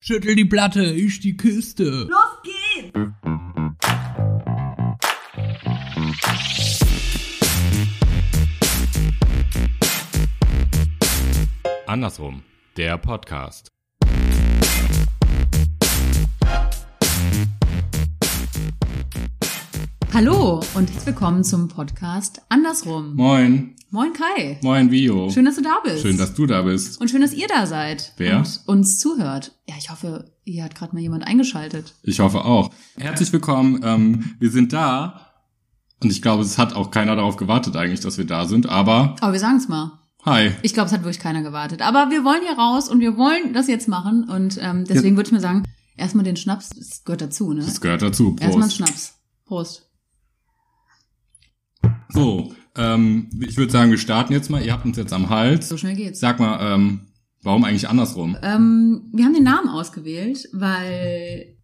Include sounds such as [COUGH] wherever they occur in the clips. Schüttel die Platte, ich die Kiste. Los geht's! Andersrum, der Podcast. Hallo und herzlich willkommen zum Podcast Andersrum. Moin, Moin Kai. moin Vio. Schön, dass du da bist. Schön, dass du da bist. und schön, dass ihr da seid Wer? und uns zuhört. Ja, ich hoffe, ihr hat gerade mal jemand eingeschaltet. Ich hoffe auch. Herzlich willkommen, ähm, wir sind da. Und ich glaube, es hat auch keiner darauf gewartet eigentlich, dass wir da sind, aber Aber wir sagen's mal. hi. Ich glaube, es hat wirklich keiner gewartet. Aber wir wollen hier raus und wir wollen das jetzt machen. Und ähm, deswegen würde ich mir sagen, erstmal den Schnaps, das gehört dazu, ne? Das gehört dazu. Erstmal einen Prost. Schnaps. Prost. So, ähm, ich würde sagen, wir starten jetzt mal. Ihr habt uns jetzt am Hals. So schnell geht's. Sag mal, ähm, warum eigentlich andersrum? Ähm, wir haben den Namen ausgewählt, weil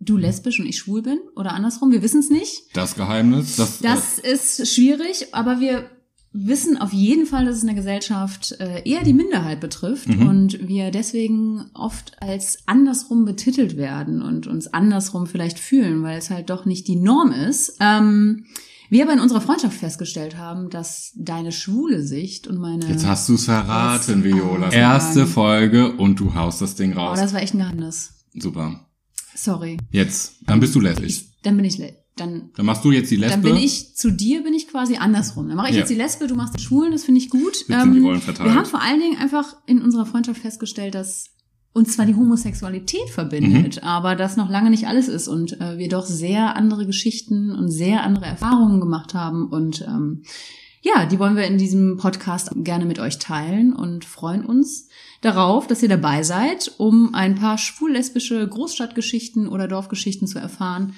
du lesbisch und ich schwul bin oder andersrum. Wir wissen's nicht. Das Geheimnis, das, Das ist schwierig, aber wir wissen auf jeden Fall, dass es in der Gesellschaft äh, eher die Minderheit betrifft Mhm. und wir deswegen oft als andersrum betitelt werden und uns andersrum vielleicht fühlen, weil es halt doch nicht die Norm ist. Ähm, wir aber in unserer Freundschaft festgestellt haben, dass deine schwule Sicht und meine... Jetzt hast du es verraten, Das- Viola. Ah. Erste Folge und du haust das Ding oh, raus. das war echt ein Geheimnis. Super. Sorry. Jetzt, dann bist du lesbisch. Ich, dann bin ich... le- Dann, Dann machst du jetzt die Lesbe. dann bin ich zu dir, bin ich quasi andersrum. Dann mache ich Ja. jetzt die Lesbe, du machst die Schwulen, das finde ich gut. Jetzt sind die Ähm, Rollen verteilt. Wir haben vor allen Dingen einfach in unserer Freundschaft festgestellt, dass uns zwar die Homosexualität verbindet, aber das noch lange nicht alles ist und äh, wir doch sehr andere Geschichten und sehr andere Erfahrungen gemacht haben und ähm, ja, die wollen wir in diesem Podcast gerne mit euch teilen und freuen uns darauf, dass ihr dabei seid, um ein paar schwul-lesbische Großstadtgeschichten oder Dorfgeschichten zu erfahren,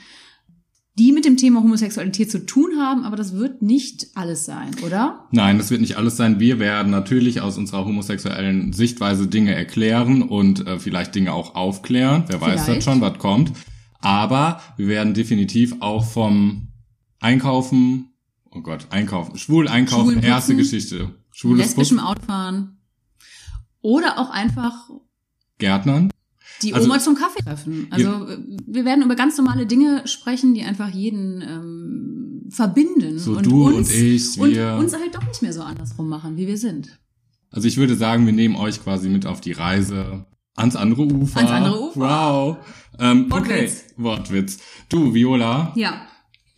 die mit dem Thema Homosexualität zu tun haben, aber das wird nicht alles sein, oder? Nein, das wird nicht alles sein. Wir werden natürlich aus unserer homosexuellen Sichtweise Dinge erklären und äh, vielleicht Dinge auch aufklären. Wer weiß das Vielleicht. schon, was kommt. Aber wir werden definitiv auch vom Einkaufen, oh Gott, Einkaufen, schwul einkaufen, Schwulen erste putzen. Geschichte. Schwules Putzen, lesbischem Outfahren. Oder auch einfach Gärtnern. die Also- Oma zum Kaffee treffen. Also äh, wir werden über ganz normale Dinge sprechen, die einfach jeden ähm, verbinden So du und uns, ich, und wir- uns halt doch nicht mehr so andersrum machen, wie wir sind. Also ich würde sagen, wir nehmen euch quasi mit auf die Reise ans andere Ufer. Ans andere Ufer. Wow. Ähm, Wortwitz. Okay. Wortwitz. Du, Viola, Ja,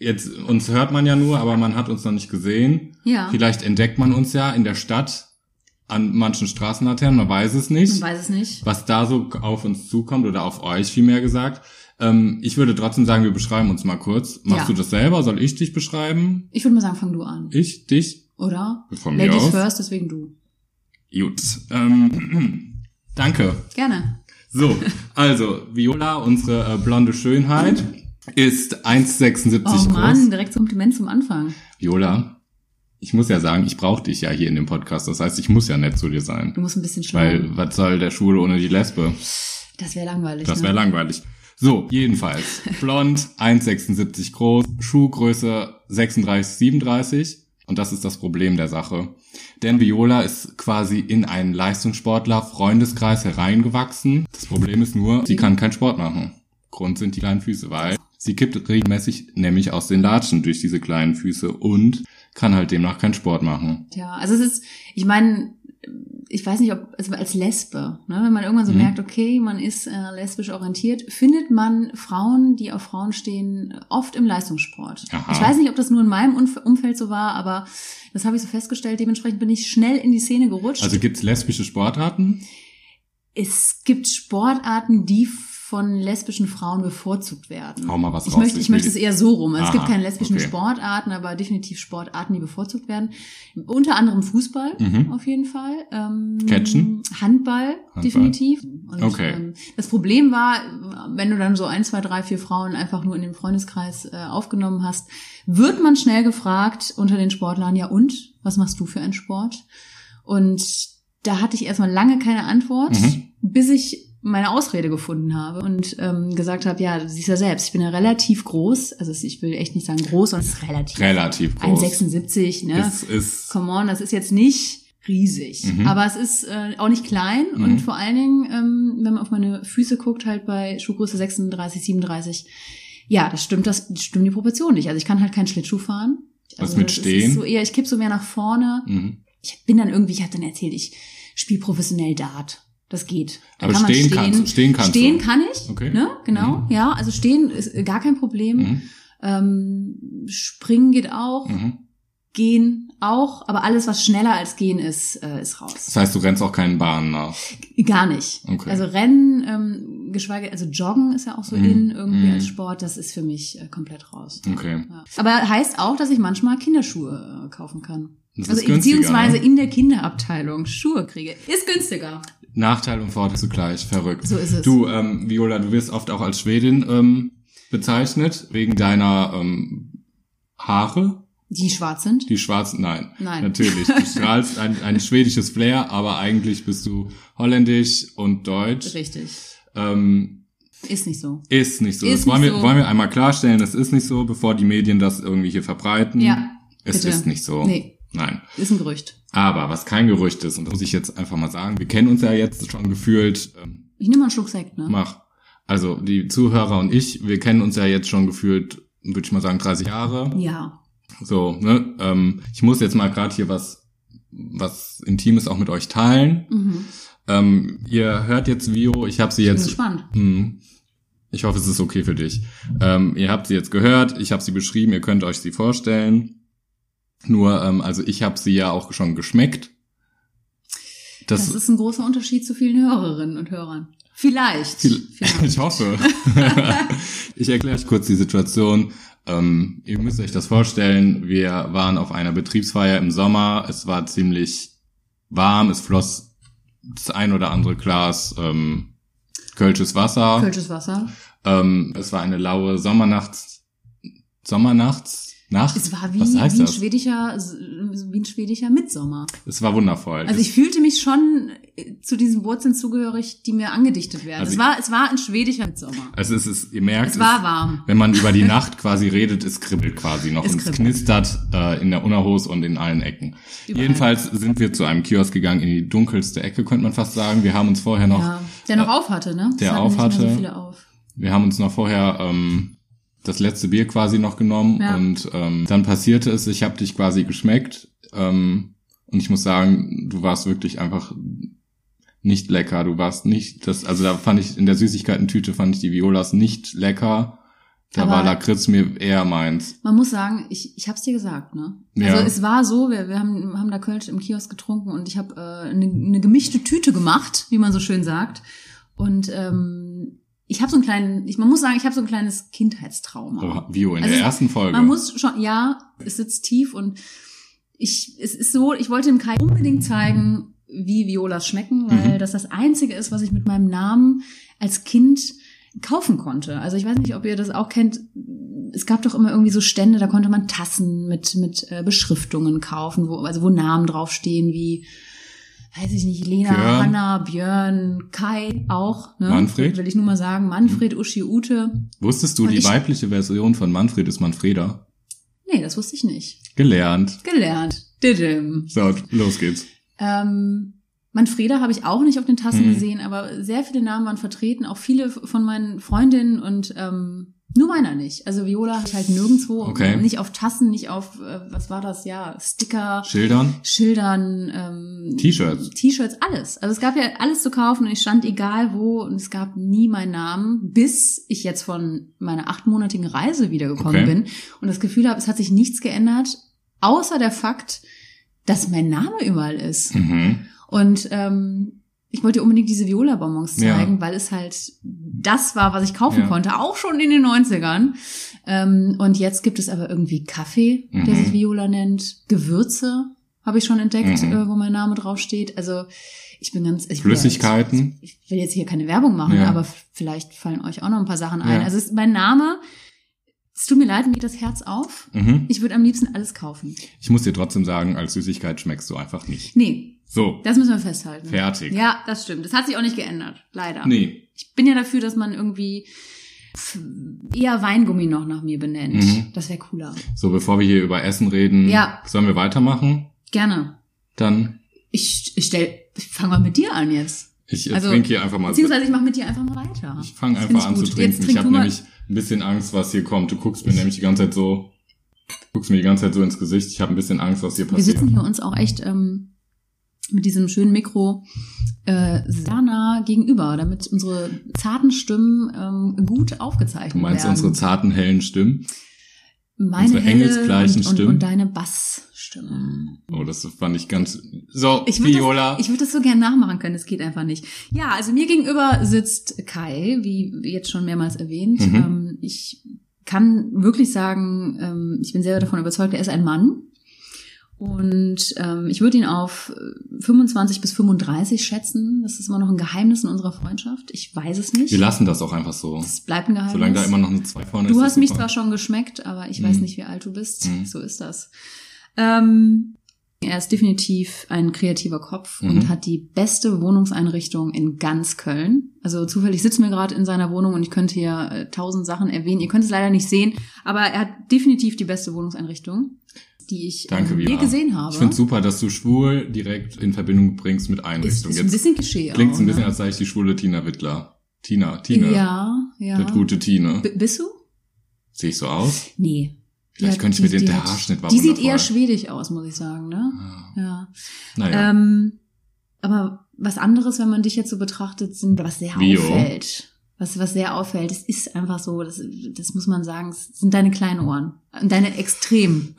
jetzt uns hört man ja nur, aber man hat uns noch nicht gesehen. ja. Vielleicht entdeckt man uns ja in der Stadt an manchen Straßenlaternen, man weiß es nicht. Man weiß es nicht. Was da so auf uns zukommt oder auf euch vielmehr gesagt. Ähm, ich würde trotzdem sagen, wir beschreiben uns mal kurz. Machst Ja. du das selber? Soll ich dich beschreiben? Ich würde mal sagen, fang du an. Ich? Dich? Oder? Von mir Ladies aus. first, deswegen du. Gut. Ähm, [CLEARS THROAT] danke. Gerne. So, also, Viola, unsere äh, blonde Schönheit, ist 1,76 Oh groß. Mann, direkt Kompliment zum Anfang. Viola, ich muss ja sagen, ich brauche dich ja hier in dem Podcast. Das heißt, ich muss ja nett zu dir sein. Du musst ein bisschen Weil schwimmen. was soll der Schwule ohne die Lesbe? Das wäre langweilig. Das ne? wäre langweilig. So, jedenfalls. Blond, 1,76 groß, Schuhgröße 36, 37. Und das ist das Problem der Sache. Denn Viola ist quasi in einen Leistungssportler-Freundeskreis hereingewachsen. Das Problem ist nur, sie kann keinen Sport machen. Grund sind die kleinen Füße, weil sie kippt regelmäßig nämlich aus den Latschen durch diese kleinen Füße und kann halt demnach keinen Sport machen. Ja, also es ist, ich meine, ich weiß nicht, ob also als Lesbe, ne, wenn man irgendwann so Mhm. merkt, okay, man ist äh, lesbisch orientiert, findet man Frauen, die auf Frauen stehen, oft im Leistungssport. Aha. Ich weiß nicht, ob das nur in meinem Umf Umfeld so war, aber das habe ich so festgestellt. Dementsprechend bin ich schnell in die Szene gerutscht. Also gibt's lesbische Sportarten? es gibt Sportarten, die von lesbischen Frauen bevorzugt werden. Hau mal was Ich raus. möchte, ich will- möchte es eher so rum. Also es Aha, gibt keine lesbischen okay. Sportarten, aber definitiv Sportarten, die bevorzugt werden. Unter anderem Fußball Mhm. auf jeden Fall. Ähm, Catchen? Handball, Handball. definitiv. Und, Okay. Ähm, das Problem war, wenn du dann so ein, zwei, drei, vier Frauen einfach nur in den Freundeskreis äh, aufgenommen hast, wird man schnell gefragt unter den Sportlern, ja und, was machst du für einen Sport? Und da hatte ich erstmal lange keine Antwort, Mhm. bis ich meine Ausrede gefunden habe und ähm, gesagt habe, ja, du siehst ja selbst, ich bin ja relativ groß, also es- ich will echt nicht sagen groß, sondern es ist relativ. Relativ groß. 1,76, ne? Es ist Come on, das ist jetzt nicht riesig. Mhm. Aber es ist äh, auch nicht klein Mhm. und vor allen Dingen, ähm, wenn man auf meine Füße guckt, halt bei Schuhgröße 36, 37, ja, das stimmt, das stimmen die Proportionen nicht. Also ich kann halt keinen Schlittschuh fahren. Was Also mit das Stehen? Ist so eher, ich kipp so mehr nach vorne. Mhm. Ich bin dann irgendwie, ich habe dann erzählt, ich spiele professionell Dart. Das geht. Da Aber kann man stehen, kannst du. Stehen kannst stehen du. kann ich, Okay. ne? Genau, Mhm. ja. Also stehen ist äh, gar kein Problem. Mhm. Ähm, springen geht auch, Mhm. gehen auch, aber alles, was schneller als gehen ist, äh, ist raus. Das heißt, du rennst auch keinen Bahnen nach. Gar nicht. Okay. Also Rennen, ähm, geschweige, also Joggen ist ja auch so Mhm. in irgendwie Mhm. als Sport, das ist für mich äh, komplett raus. Okay. Ja. Aber heißt auch, dass ich manchmal Kinderschuhe äh, kaufen kann. Das also ist günstiger, beziehungsweise ne? in der Kinderabteilung Schuhe kriege. Ist günstiger. Nachteil und Vorteil zugleich. Verrückt. So ist es. Du, ähm, Viola, du wirst oft auch als Schwedin ähm, bezeichnet, wegen deiner ähm, Haare, Die schwarz sind? die schwarzen, nein. Nein. Natürlich, [LAUGHS] du strahlst ein, ein schwedisches Flair, aber eigentlich bist du holländisch und deutsch. Richtig. Ähm, Ist nicht so. ist nicht so. Ist das wollen, nicht wir, so. wollen wir einmal klarstellen, das ist nicht so, bevor die Medien das irgendwie hier verbreiten. Ja, Es bitte. ist nicht so. Nee. Nein. Ist ein Gerücht. Aber was kein Gerücht ist, und das muss ich jetzt einfach mal sagen, wir kennen uns ja jetzt schon gefühlt, ähm, Ich nehme mal einen Schluck Sekt, ne? mach. Also die Zuhörer und ich, wir kennen uns ja jetzt schon gefühlt, würde ich mal sagen, 30 Jahre. Ja. So, ne? Ähm, ich muss jetzt mal gerade hier was, was Intimes auch mit euch teilen. Mhm. Ähm, ihr hört jetzt Vio, ich habe sie Bin jetzt. gespannt. Hm. Ich hoffe, es ist okay für dich. Ähm, ihr habt sie jetzt gehört, ich habe sie beschrieben, ihr könnt euch sie vorstellen. Nur, ähm, also ich habe sie ja auch schon geschmeckt. Das, ist ein großer Unterschied zu vielen Hörerinnen und Hörern. Vielleicht. Viel- [LAUGHS] Vielleicht. Ich hoffe. ich erkläre euch kurz die Situation. Ähm, ihr müsst euch das vorstellen. Wir waren auf einer Betriebsfeier im Sommer. Es war ziemlich warm. Es floss das ein oder andere Glas ähm, kölsches Wasser. Kölsches Wasser. Ähm, es war eine laue Sommernachts... Sommernachts? Nacht? Es war wie, Was wie heißt ein das? schwedischer, wie ein schwedischer Mitsommer. Es war wundervoll. Also Es- ich fühlte mich schon äh, zu diesen Wurzeln zugehörig, die mir angedichtet werden. Also es war, es war ein schwedischer Mitsommer. also es ist, ihr merkt, Es war warm. wenn man über [LAUGHS] die Nacht quasi redet, es kribbelt quasi noch Es und es kribbelt. knistert äh, in der Unterhose und in allen Ecken. Überall. Jedenfalls sind wir zu einem Kiosk gegangen, in die dunkelste Ecke, könnte man fast sagen. Wir haben uns vorher noch, ja. Der noch auf hatte, ne? Es der hatten auf nicht mehr hatte. So viele auf. wir haben uns noch vorher ähm, das letzte Bier quasi noch genommen Ja. und ähm, dann passierte es, ich habe dich quasi geschmeckt ähm, und ich muss sagen, du warst wirklich einfach nicht lecker, du warst nicht, das, also da fand ich in der Süßigkeiten-Tüte fand ich die Violas nicht lecker, da Aber- war Lakritz mir eher meins. Man muss sagen, ich, ich hab's dir gesagt, ne? Ja. Also es war so, wir, wir haben, haben da Kölsch im Kiosk getrunken und ich habe äh, eine, eine gemischte Tüte gemacht, wie man so schön sagt. Und ähm, ich habe so einen kleinen, ich, man muss sagen, ich habe so ein kleines Kindheitstrauma. Oh, Vio, in Also der es- ersten Folge. Man muss schon, ja, es sitzt tief und ich, es ist so, ich wollte dem Kai unbedingt zeigen, wie Violas schmecken, weil Mhm. das das Einzige ist, was ich mit meinem Namen als Kind kaufen konnte. Also ich weiß nicht, ob ihr das auch kennt. Es gab doch immer irgendwie so Stände, da konnte man Tassen mit, mit äh, Beschriftungen kaufen, wo, also wo Namen draufstehen wie, weiß ich nicht, Lena, Björn. Hanna, Björn, Kai auch. Ne? Manfred. Mhm. Will ich nur mal sagen. Manfred, Uschi, Ute. Wusstest du, Und die ich- weibliche Version von Manfred ist Manfreda? Nee, das wusste ich nicht. Gelernt. Gelernt. Didim. So, los geht's. Ähm, Manfreda habe ich auch nicht auf den Tassen Mhm. gesehen, aber sehr viele Namen waren vertreten, auch viele von meinen Freundinnen und ähm, nur meiner nicht. Also Viola habe ich halt nirgendwo, Okay. nicht auf Tassen, nicht auf, äh, was war das, ja, Sticker, Schildern? Schildern, ähm, T-Shirts. T-Shirts, alles. Also es gab ja alles zu kaufen und ich stand egal wo und es gab nie meinen Namen, bis ich jetzt von meiner achtmonatigen Reise wiedergekommen Okay. bin und das Gefühl habe, es hat sich nichts geändert, außer der Fakt, dass mein Name überall ist. Mhm. Und ähm, ich wollte dir unbedingt diese Viola-Bonbons Ja. zeigen, weil es halt das war, was ich kaufen Ja. konnte, auch schon in den 90ern. Ähm, und jetzt gibt es aber irgendwie Kaffee, der Mhm. sich Viola nennt. Gewürze habe ich schon entdeckt, Mhm. äh, wo mein Name draufsteht. Also ich bin ganz... Ich Flüssigkeiten? ich will jetzt hier keine Werbung machen, Ja. aber f- vielleicht fallen euch auch noch ein paar Sachen ein. Ja. Also es ist mein Name, es tut mir leid, mir geht das Herz auf. Mhm. Ich würde am liebsten alles kaufen. Ich muss dir trotzdem sagen, als Süßigkeit schmeckst du einfach nicht. Nee, So, das müssen wir festhalten. fertig. Ja, das stimmt. Das hat sich auch nicht geändert, leider. Nee. Ich bin ja dafür, dass man irgendwie pf, eher Weingummi noch nach mir benennt. Mhm. Das wäre cooler. So, bevor wir hier über Essen reden, Ja. sollen wir weitermachen? Gerne. Dann Ich, ich stell, ich fang mal mit dir an jetzt. Ich äh, Also, trinke hier einfach mal. Beziehungsweise ich mache mit dir einfach mal weiter. Ich fange Das einfach find an gut. zu trinken. Jetzt Ich trink habe du mal. nämlich ein bisschen Angst, was hier kommt. Du guckst mir nämlich die ganze Zeit so, guckst mir die ganze Zeit so ins Gesicht. Ich habe ein bisschen Angst, was hier Wir passiert. sitzen hier uns auch echt ähm, mit diesem schönen Mikro äh, sehr nah gegenüber, damit unsere zarten Stimmen ähm, gut aufgezeichnet Du meinst werden. unsere zarten, hellen Stimmen? Meine unsere helle engelsgleichen und, und, Stimmen? Und deine Bassstimme. Oh, das fand ich ganz. So, Ich würd Viola. Das, ich würde das so gern nachmachen können, es geht einfach nicht. Ja, also mir gegenüber sitzt Kai, wie jetzt schon mehrmals erwähnt. Mhm. Ähm, ich kann wirklich sagen, ähm, ich bin selber davon überzeugt, er ist ein Mann. Und ähm, ich würde ihn auf äh, 25 bis 35 schätzen. Das ist immer noch ein Geheimnis in unserer Freundschaft. Ich weiß es nicht. wir lassen das auch einfach so. Es bleibt ein Geheimnis. Solange da immer noch eine 2 vorne ist. Du ist hast mich super. zwar schon geschmeckt, aber ich Mhm. weiß nicht, wie alt du bist. Mhm. So ist das. Ähm, er ist definitiv ein kreativer Kopf Mhm. und hat die beste Wohnungseinrichtung in ganz Köln. Also zufällig sitzen wir gerade in seiner Wohnung und ich könnte hier äh, tausend Sachen erwähnen. Ihr könnt es leider nicht sehen, aber er hat definitiv die beste Wohnungseinrichtung, die ich Danke, ähm, je Viola. gesehen habe. Ich finde super, dass du schwul direkt in Verbindung bringst mit ist, Einrichtung. ist ein Jetzt bisschen Klischee klingt es ein auch, bisschen, ne? als sei ich die schwule Tina Wittler. Tina, Tina. Ja, ja. Das gute Tine. B- Bist du? Sehe ich so aus? Nee. Vielleicht Ja, könnte ich die- mir den, die der hat- Haarschnitt war Die sieht eher wundervoll. schwedisch aus, muss ich sagen, ne? Ah, Ja. Naja. Ähm, aber was anderes, wenn man dich jetzt so betrachtet, sind was sehr Bio. auffällt. Was, was sehr auffällt, es ist einfach so, das, das muss man sagen, es sind deine kleinen Ohren. Und Deine [LAUGHS] extrem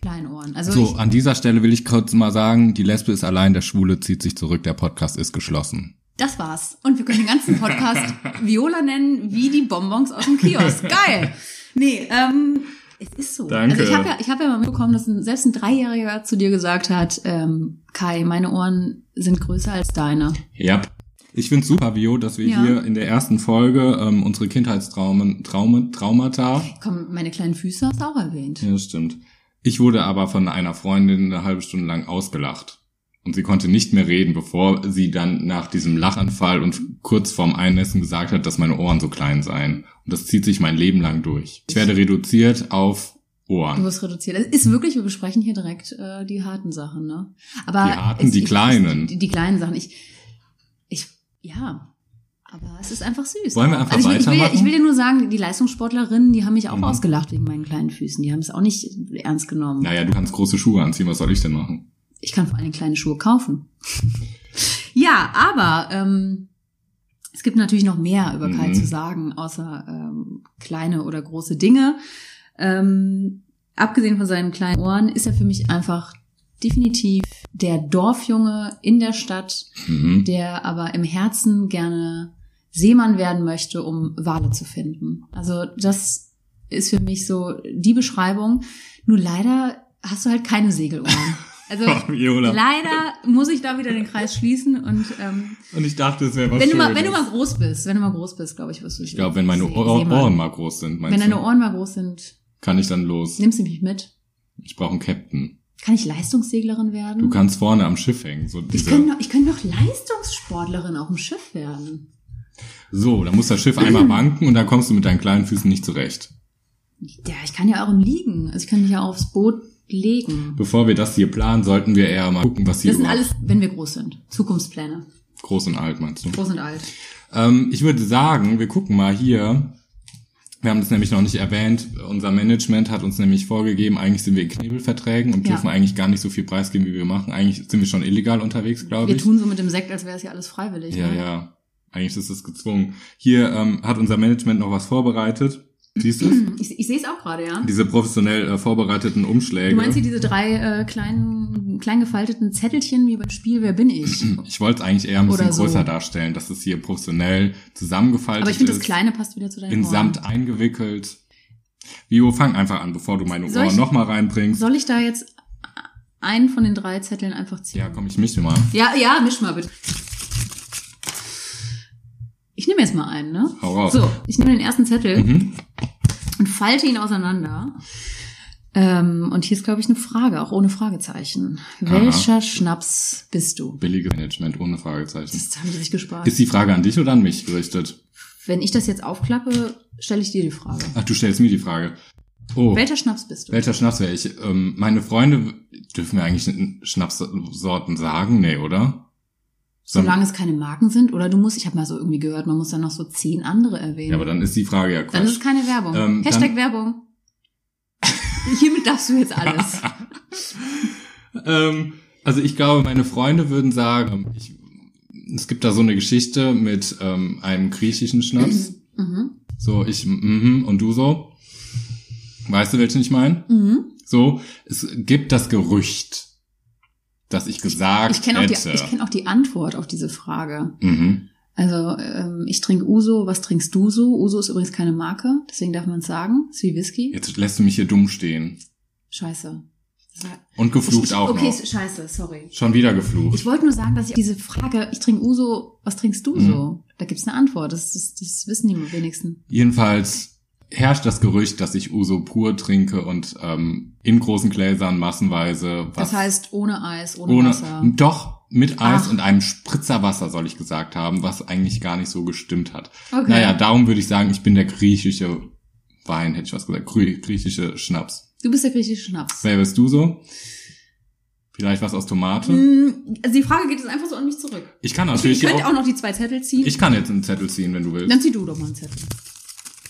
kleinen Ohren. Also So, an dieser Stelle will ich kurz mal sagen, die Lesbe ist allein, der Schwule zieht sich zurück, der Podcast ist geschlossen. ich, das war's. Und wir können den ganzen [LAUGHS] Podcast Viola nennen, wie die Bonbons aus dem Kiosk. Geil! Nee, ähm, es ist so. Danke. Also ich habe ja, ich hab ja mal mitbekommen, dass ein, selbst ein Dreijähriger zu dir gesagt hat, ähm, Kai, meine Ohren sind größer als deine. Ja. Ich find's super, Vio, dass wir Ja. hier in der ersten Folge ähm, unsere Kindheitstraumen, Traume, Traumata. Komm, meine kleinen Füße hast du auch erwähnt. Ja, das stimmt. Ich wurde aber von einer Freundin eine halbe Stunde lang ausgelacht. Und sie konnte nicht mehr reden, bevor sie dann nach diesem Lachanfall und kurz vorm Einnässen gesagt hat, dass meine Ohren so klein seien. Und das zieht sich mein Leben lang durch. Ich werde reduziert auf Du Ohren. wirst reduziert. Es ist wirklich, wir besprechen hier direkt äh, die harten Sachen, ne? Aber Die harten, es- die kleinen. Die, die kleinen Sachen. Ich, ich, ja. Aber es ist einfach süß. Wollen wir einfach also ich, will- ich will, ja- weitermachen? ich will dir nur sagen, die Leistungssportlerinnen, die haben mich auch Mhm. ausgelacht wegen meinen kleinen Füßen. Die haben es auch nicht ernst genommen. Naja, du kannst große Schuhe anziehen, was soll ich denn machen? Ich kann vor allem kleine Schuhe kaufen. [LAUGHS] ja, aber ähm, es gibt natürlich noch mehr über Kai Mhm. zu sagen, außer ähm, kleine oder große Dinge. Ähm, abgesehen von seinen kleinen Ohren ist er für mich einfach definitiv der Dorfjunge in der Stadt, Mhm. der aber im Herzen gerne Seemann werden möchte, um Wale zu finden. Also das ist für mich so die Beschreibung. Nur leider hast du halt keine Segelohren. Also [LAUGHS] Viola. Leider muss ich da wieder den Kreis schließen und ähm, Und ich dachte, es wäre was wenn, du mal, Schönes. wenn du mal groß bist, wenn du mal groß bist, glaube ich, wirst du ich glaube, wenn meine sehen- Ohr sehen mal. Ohren mal groß sind, meinst Wenn deine du, Ohren mal groß sind, kann ich dann los. nimmst du mich mit. Ich brauche einen Captain. Kann ich Leistungsseglerin werden? Du kannst vorne am Schiff hängen. So, ich diese, könnte noch, ich könnte noch Leistungssportlerin auf dem Schiff werden. so dann muss das Schiff [CLEARS THROAT] einmal wanken und dann kommst du mit deinen kleinen Füßen nicht zurecht. Ja, ich kann ja auch im Liegen. Also ich kann mich ja aufs Boot legen. Bevor wir das hier planen, sollten wir eher mal gucken, was hier Das sind überhaupt alles, wenn wir groß sind. Zukunftspläne. groß und alt meinst du. Groß und alt. Ähm, ich würde sagen, wir gucken mal hier. Wir haben das nämlich noch nicht erwähnt. Unser Management hat uns nämlich vorgegeben, eigentlich sind wir in Knebelverträgen und Ja. dürfen eigentlich gar nicht so viel preisgeben, wie wir machen. Eigentlich sind wir schon illegal unterwegs, glaube Wir ich. tun so mit dem Sekt, als wäre es ja alles freiwillig. Ja, ne? ja. Eigentlich ist es gezwungen. Hier ähm, hat unser Management noch was vorbereitet. Siehst du es? [CLEARS THROAT] Ich, ich sehe es auch gerade, ja. Diese professionell äh, vorbereiteten Umschläge. Du meinst hier diese drei äh, kleinen, klein gefalteten Zettelchen wie beim Spiel Wer bin ich? [CLEARS THROAT] ich wollte es eigentlich eher ein bisschen Oder so. größer darstellen, dass es hier professionell zusammengefaltet Aber ich finde, das ist, Kleine passt wieder zu deinen in Samt Ohren. eingewickelt. Vio, fang einfach an, bevor du meine Soll Ohren ich- nochmal reinbringst. Soll ich da jetzt einen von den drei Zetteln einfach ziehen? Ja, komm, ich mische mal. Ja, ja, misch mal bitte. Ich nehme jetzt mal einen, ne? Hau raus. So, ich nehme den ersten Zettel Mhm. und falte ihn auseinander. Ähm, und hier ist, glaube ich, eine Frage, auch ohne Fragezeichen. Welcher Schnaps bist du? Billiges Management ohne Fragezeichen. Das haben die sich gespart. Ist die Frage an dich oder an mich gerichtet? Wenn ich das jetzt aufklappe, stelle ich dir die Frage. Ach, du stellst mir die Frage. Oh, Welcher Schnaps bist du? welcher Schnaps wäre ich? Ähm, meine Freunde, dürfen wir eigentlich n- Schnapssorten sagen? Nee, oder? Dann- Solange es keine Marken sind oder du musst, ich habe mal so irgendwie gehört, man muss dann noch so zehn andere erwähnen. Ja, aber dann ist die Frage ja Dann ist es Quatsch. keine Werbung. Ähm, Hashtag dann- Werbung. [LAUGHS] Hiermit darfst du [LAUGHS] jetzt alles. Ähm, also ich glaube, meine Freunde würden sagen, ich, es gibt da so eine Geschichte mit ähm, einem griechischen [CLEARS THROAT] Schnaps. mhm. So, ich, mhm, und du so. Weißt du, welchen ich meine? Mhm. So, es gibt das Gerücht, dass ich gesagt Ich kenne auch, die- hätte. ich kenn auch die Antwort auf diese Frage. mhm. Also ähm, ich trinke Uso, was trinkst du so? Uso ist übrigens keine Marke, deswegen darf man es sagen. Ist wie Whisky. Jetzt lässt du mich hier dumm stehen. Scheiße. Das war- Und geflucht ich, ich, auch Okay, noch. scheiße, sorry. Schon wieder geflucht. Ich wollte nur sagen, dass ich diese Frage, ich trinke Uso, was trinkst du Mhm. so? Da gibt's eine Antwort. Das, das, das wissen die wenigsten. Jedenfalls herrscht das Gerücht, dass ich Uso pur trinke und ähm, in großen Gläsern massenweise was Das heißt ohne Eis, ohne, ohne Wasser. doch mit Eis Ach. und einem Spritzer Wasser soll ich gesagt haben, was eigentlich gar nicht so gestimmt hat. Okay. Naja, darum würde ich sagen, ich bin der griechische Wein, hätte ich was gesagt, Grü griechische Schnaps. Du bist der griechische Schnaps. Wer bist du so? Vielleicht was aus Tomate? Hm, Also die Frage geht jetzt einfach so an mich zurück. Ich kann Ich natürlich könnte auch, auch noch die zwei Zettel ziehen. ich kann jetzt einen Zettel ziehen, wenn du willst. Dann zieh du doch mal einen Zettel.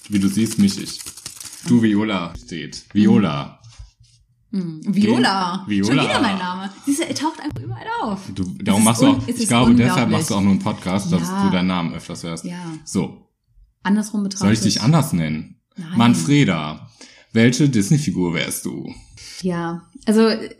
Wie du siehst, mich ich. Du Viola steht. Viola. Hm. Viola. Viola. Schon wieder mein Name. Siehst du, er taucht einfach überall auf. Du, darum ist machst du un- auch, Hm. es ich ist glaube, deshalb unglaublich. machst du auch nur einen Podcast, dass Ja. du deinen Namen öfters hörst. Ja, So, andersrum betrachtet. soll ich dich anders nennen? Nein. Manfreda, welche Disney-Figur wärst du? Ja, also äh,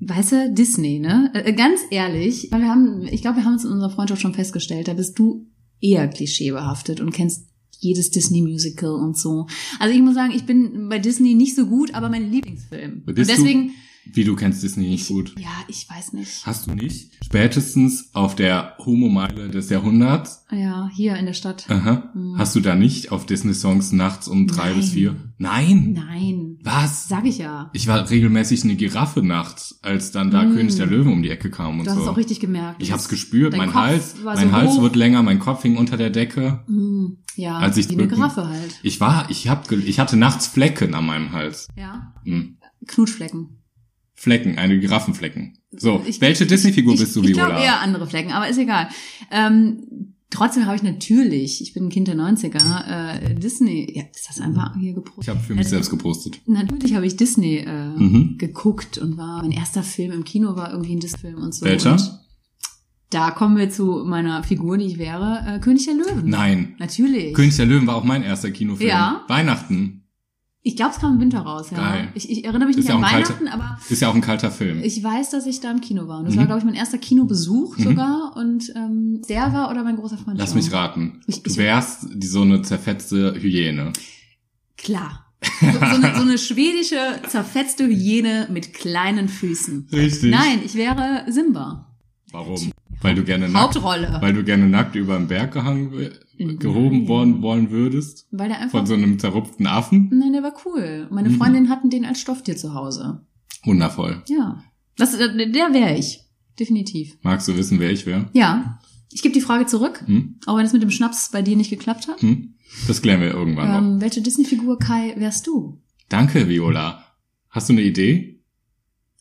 weißt du, Disney, ne? Äh, Ganz ehrlich, weil wir haben, ich glaube, wir haben es in unserer Freundschaft schon festgestellt, da bist du eher klischeebehaftet und kennst jedes Disney-Musical und so. Also ich muss sagen, ich bin bei Disney nicht so gut, aber mein Lieblingsfilm. Und Bist du- deswegen, Wie du kennst Disney nicht gut. ja, ich weiß nicht. Hast du nicht? Spätestens auf der Homo-Meile des Jahrhunderts, Ah Ja, hier in der Stadt. aha, Mhm. hast du da nicht auf Disney-Songs nachts um drei Nein. bis vier? Nein? Nein, Was? sag ich ja. Ich war regelmäßig eine Giraffe nachts, als dann da Mhm. König der Löwen um die Ecke kam und Du hast es so. auch richtig gemerkt. ich hab's gespürt, Dein mein Kopf Hals, war mein so Hals hoch. wird länger, mein Kopf hing unter der Decke. Hm, ja, Als ich wie eine drücken- Giraffe halt. Ich war, ich hab, ge- ich hatte nachts Flecken an meinem Hals. Ja, Hm. Knutschflecken. Flecken, eine Giraffenflecken. So, Ich- welche Disney-Figur ich, bist du, Ich Viola? glaube eher andere Flecken, aber ist egal. Ähm, trotzdem habe ich natürlich, ich bin ein Kind der 90er, äh, Disney, ja, ist das einfach hier Ich gepostet? habe für mich Ja, selbst gepostet. Natürlich habe ich Disney äh, Mhm. geguckt und war, mein erster Film im Kino war irgendwie ein Disney-Film und so. Welcher? Und da kommen wir zu meiner Figur, die ich wäre, äh, König der Löwen. Nein. Natürlich. König der Löwen war auch mein erster Kinofilm. Ja. Weihnachten. ich glaube, es kam im Winter raus, ja. Geil. Ich, ich erinnere mich Ist nicht ja an auch ein kalter- Weihnachten, aber Ist ja auch ein kalter Film. Ich weiß, dass ich da im Kino war. Und das Mhm. war, glaube ich, mein erster Kinobesuch Mhm. sogar. Und ähm, der war oder mein großer Freund. Lass John. mich raten. Ich- Du ich- wärst die, so eine zerfetzte Hyäne. Klar. So, so, eine, so eine schwedische, zerfetzte Hyäne mit kleinen Füßen. Richtig. Nein, ich wäre Simba. Warum? Weil du gerne nackt, Hauptrolle. weil du gerne nackt über den Berg gehangen, Nein. gehoben worden, wollen würdest? Weil der einfach. Von so einem zerrupften Affen? Nein, der war cool. Meine Mhm. Freundinnen hatten den als Stofftier zu Hause. Wundervoll. Ja. Das, der der wäre ich. Definitiv. Magst du wissen, wer ich wäre? Ja. Ich gebe die Frage zurück, Hm? auch wenn es mit dem Schnaps bei dir nicht geklappt hat. Hm? Das klären wir irgendwann noch. Ähm, welche Disney-Figur, Kai, wärst du? Danke, Viola. Hast du eine Idee?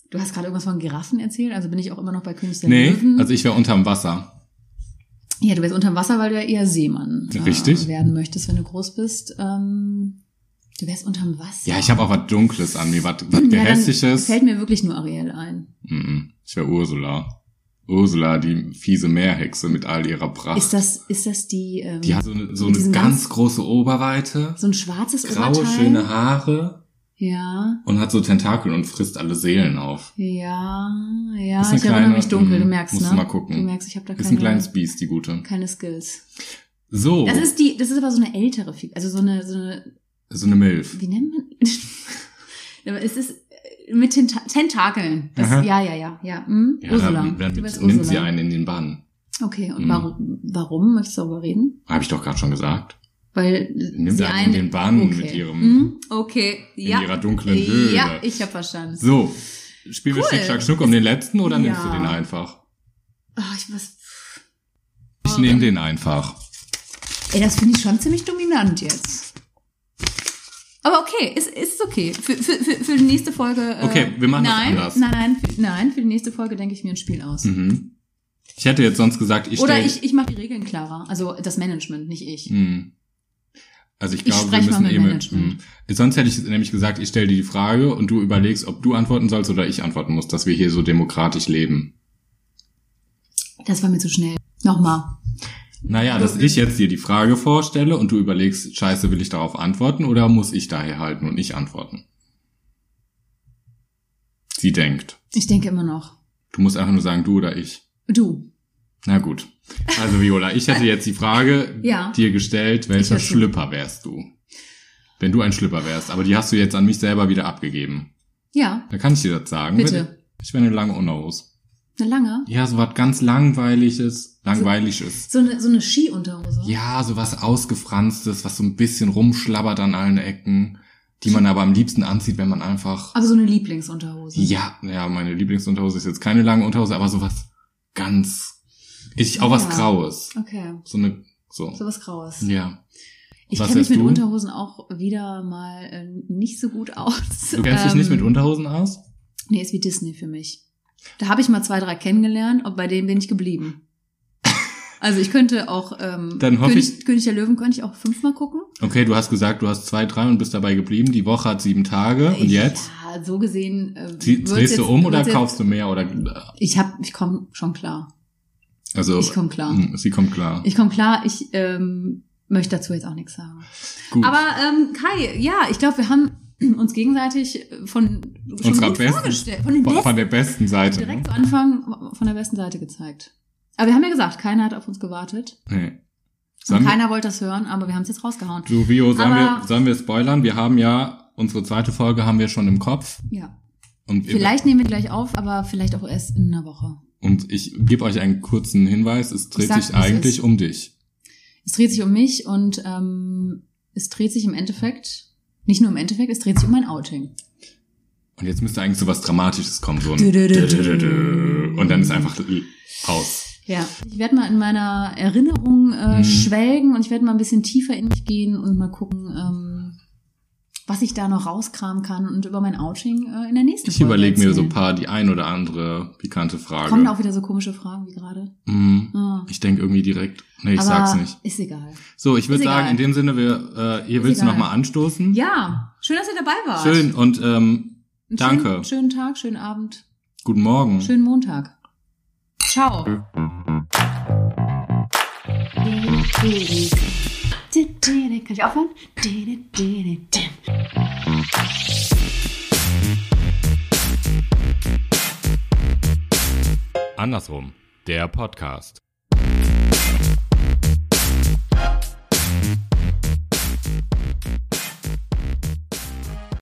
Du hast gerade irgendwas von Giraffen erzählt, also bin ich auch immer noch bei König der Nee, Löwen. also ich wäre unterm Wasser. ja, du wärst unterm Wasser, weil du ja eher Seemann äh, Richtig. werden möchtest, wenn du groß bist. Ähm, du wärst unterm Wasser. Ja, ich habe auch was Dunkles an mir, was, was [LAUGHS] Ja, dann Gehässiges. Fällt mir wirklich nur Ariel ein. Mhm. Ich wäre Ursula. Ursula, die fiese Meerhexe mit all ihrer Pracht. Ist das, ist das die, ähm, die hat so eine, so mit eine diesem ganz, ganz- große Oberweite, so ein schwarzes graue, Oberteil? schöne Haare Ja, und hat so Tentakel und frisst alle Seelen auf. ja, ja. Ist Ich eine erinnere kleine- mich dunkel, du Mhm, merkst, musst ne? du mal gucken. Du merkst, ich habe da Ist ein keine, kleines Oh. Biest, die gute. keine Skills. So, Das ist die, das ist aber so eine ältere Figur, also so eine, so eine so eine Milf. wie nennt man? [LAUGHS] Aber es ist äh, mit Tenta Tentakeln. Das, Aha. ja, ja, ja, ja. Hm? Ja, Ursula. dann, dann du bist Ursula. nimmt sie einen in den Bann. Okay, und Mhm. warum, warum möchtest du darüber reden? Habe ich doch gerade schon gesagt. Weil Nimmt sie einen einen in den Bann okay. mit ihrem- Mhm, Okay, In ja. ihrer dunklen Höhle. Ja, ich habe verstanden. So, spielen wir Cool. Schick, Schlack, Schnuck um den letzten oder nimmst du Ja. den einfach? Ah, ich was. Ich nehme den einfach. Ey, das finde ich schon ziemlich dominant jetzt. Aber okay, ist, ist okay. Für, für, für, für die nächste Folge. Äh, Okay, wir machen das nein, anders. Nein, nein, für, nein, für die nächste Folge denke ich mir ein Spiel aus. Mhm. Ich hätte jetzt sonst gesagt, ich Oder stell- ich, ich mache die Regeln klarer. Also das Management, nicht ich. Hm. Also ich Ich glaube, wir sprech mal müssen mit eben. Management. Hm. Sonst hätte ich nämlich gesagt, ich stelle dir die Frage und du überlegst, ob du antworten sollst oder ich antworten muss, dass wir hier so demokratisch leben. Das war mir zu schnell. Nochmal. Naja, dass ich jetzt dir die Frage vorstelle und du überlegst, scheiße, will ich darauf antworten oder muss ich daher halten und ich antworten? Sie denkt. Ich denke immer noch. Du musst einfach nur sagen, du oder ich. Du. Na gut. Also Viola, ich hätte jetzt die Frage [LAUGHS] Ja. dir gestellt, welcher Ich hätte- Schlüpper wärst du? Wenn du ein Schlüpper wärst, aber die hast du jetzt an mich selber wieder abgegeben. Ja, Da kann ich dir das sagen. Bitte. Ich wäre eine lange Unterhose. eine lange. Ja, so was ganz langweiliges, langweiliges. So eine, so eine Skiunterhose. Ja, so was ausgefranstes, was so ein bisschen rumschlabbert an allen Ecken, die man aber am liebsten anzieht, wenn man einfach Aber Also so eine Lieblingsunterhose. ja, ja, meine Lieblingsunterhose ist jetzt keine lange Unterhose, aber so was ganz ich auch was Ja. graues. Okay. So eine so. So was Graues. Ja. ich was kenne mich wärst mit du? Unterhosen auch wieder mal äh, nicht so gut aus. Du kennst dich Ähm, nicht mit Unterhosen aus? Nee, ist wie Disney für mich. Da habe ich mal zwei, drei kennengelernt und bei denen bin [LAUGHS] ich geblieben. Also ich könnte auch ähm, Dann hoffe König, König der Löwen könnte ich auch fünfmal gucken. Okay, du hast gesagt, du hast zwei, drei und bist dabei geblieben. Die Woche hat sieben Tage und jetzt? Ja, so gesehen. Äh, Zie- wird's Drehst du jetzt- um oder wird's jetzt- kaufst du mehr oder Ich hab, ich komme schon klar. also Ich komme klar. Hm, Sie kommt klar. Ich komme klar. Ich ähm, möchte dazu jetzt auch nichts sagen. Gut. Aber ähm, Kai, ja, ich glaube, wir haben uns gegenseitig von schon Unserer gut besten- vorgestellt, von den von, besten von der besten Seite. ne? direkt zu Anfang von der besten Seite gezeigt. Aber wir haben ja gesagt, keiner hat auf uns gewartet. Nee. Und Sollen wir, keiner wollte das hören, aber wir haben es jetzt rausgehauen. du, Vio, sollen Aber- wir, sollen wir spoilern? Wir haben ja, unsere zweite Folge haben wir schon im Kopf. Ja. Und, wir- Vielleicht nehmen wir gleich auf, aber vielleicht auch erst in einer Woche. und ich gebe euch einen kurzen Hinweis. Es dreht sag, sich was eigentlich ist. um dich. Es dreht sich um mich und ähm, es dreht sich im Endeffekt, nicht nur im Endeffekt, es dreht sich um mein Outing. Und jetzt müsste eigentlich so was Dramatisches kommen. So ein Dü- dü- dü- dü- dü- dü- und dann ist einfach äh, aus. Ja. Ich werde mal in meiner Erinnerung äh, Mhm. schwelgen und ich werde mal ein bisschen tiefer in mich gehen und mal gucken, ähm, was ich da noch rauskramen kann und über mein Outing äh, in der nächsten Ich Folge überlege mir so ein erzählen. paar, die ein oder andere pikante Frage. Kommen da auch wieder so komische Fragen wie gerade. Hm, Ah. Ich denke irgendwie direkt. Nee, ich aber sag's nicht. Ist egal. So, ich würde ist sagen, egal. in dem Sinne, wir, äh, ihr willst egal. nochmal anstoßen. Ja, schön, dass ihr dabei wart. Schön. Und ähm, Einen danke. Mhm. Schönen, schönen Tag, schönen Abend. guten Morgen. Schönen Montag. Ciao. Kann ich aufhören? Andersrum, der Podcast.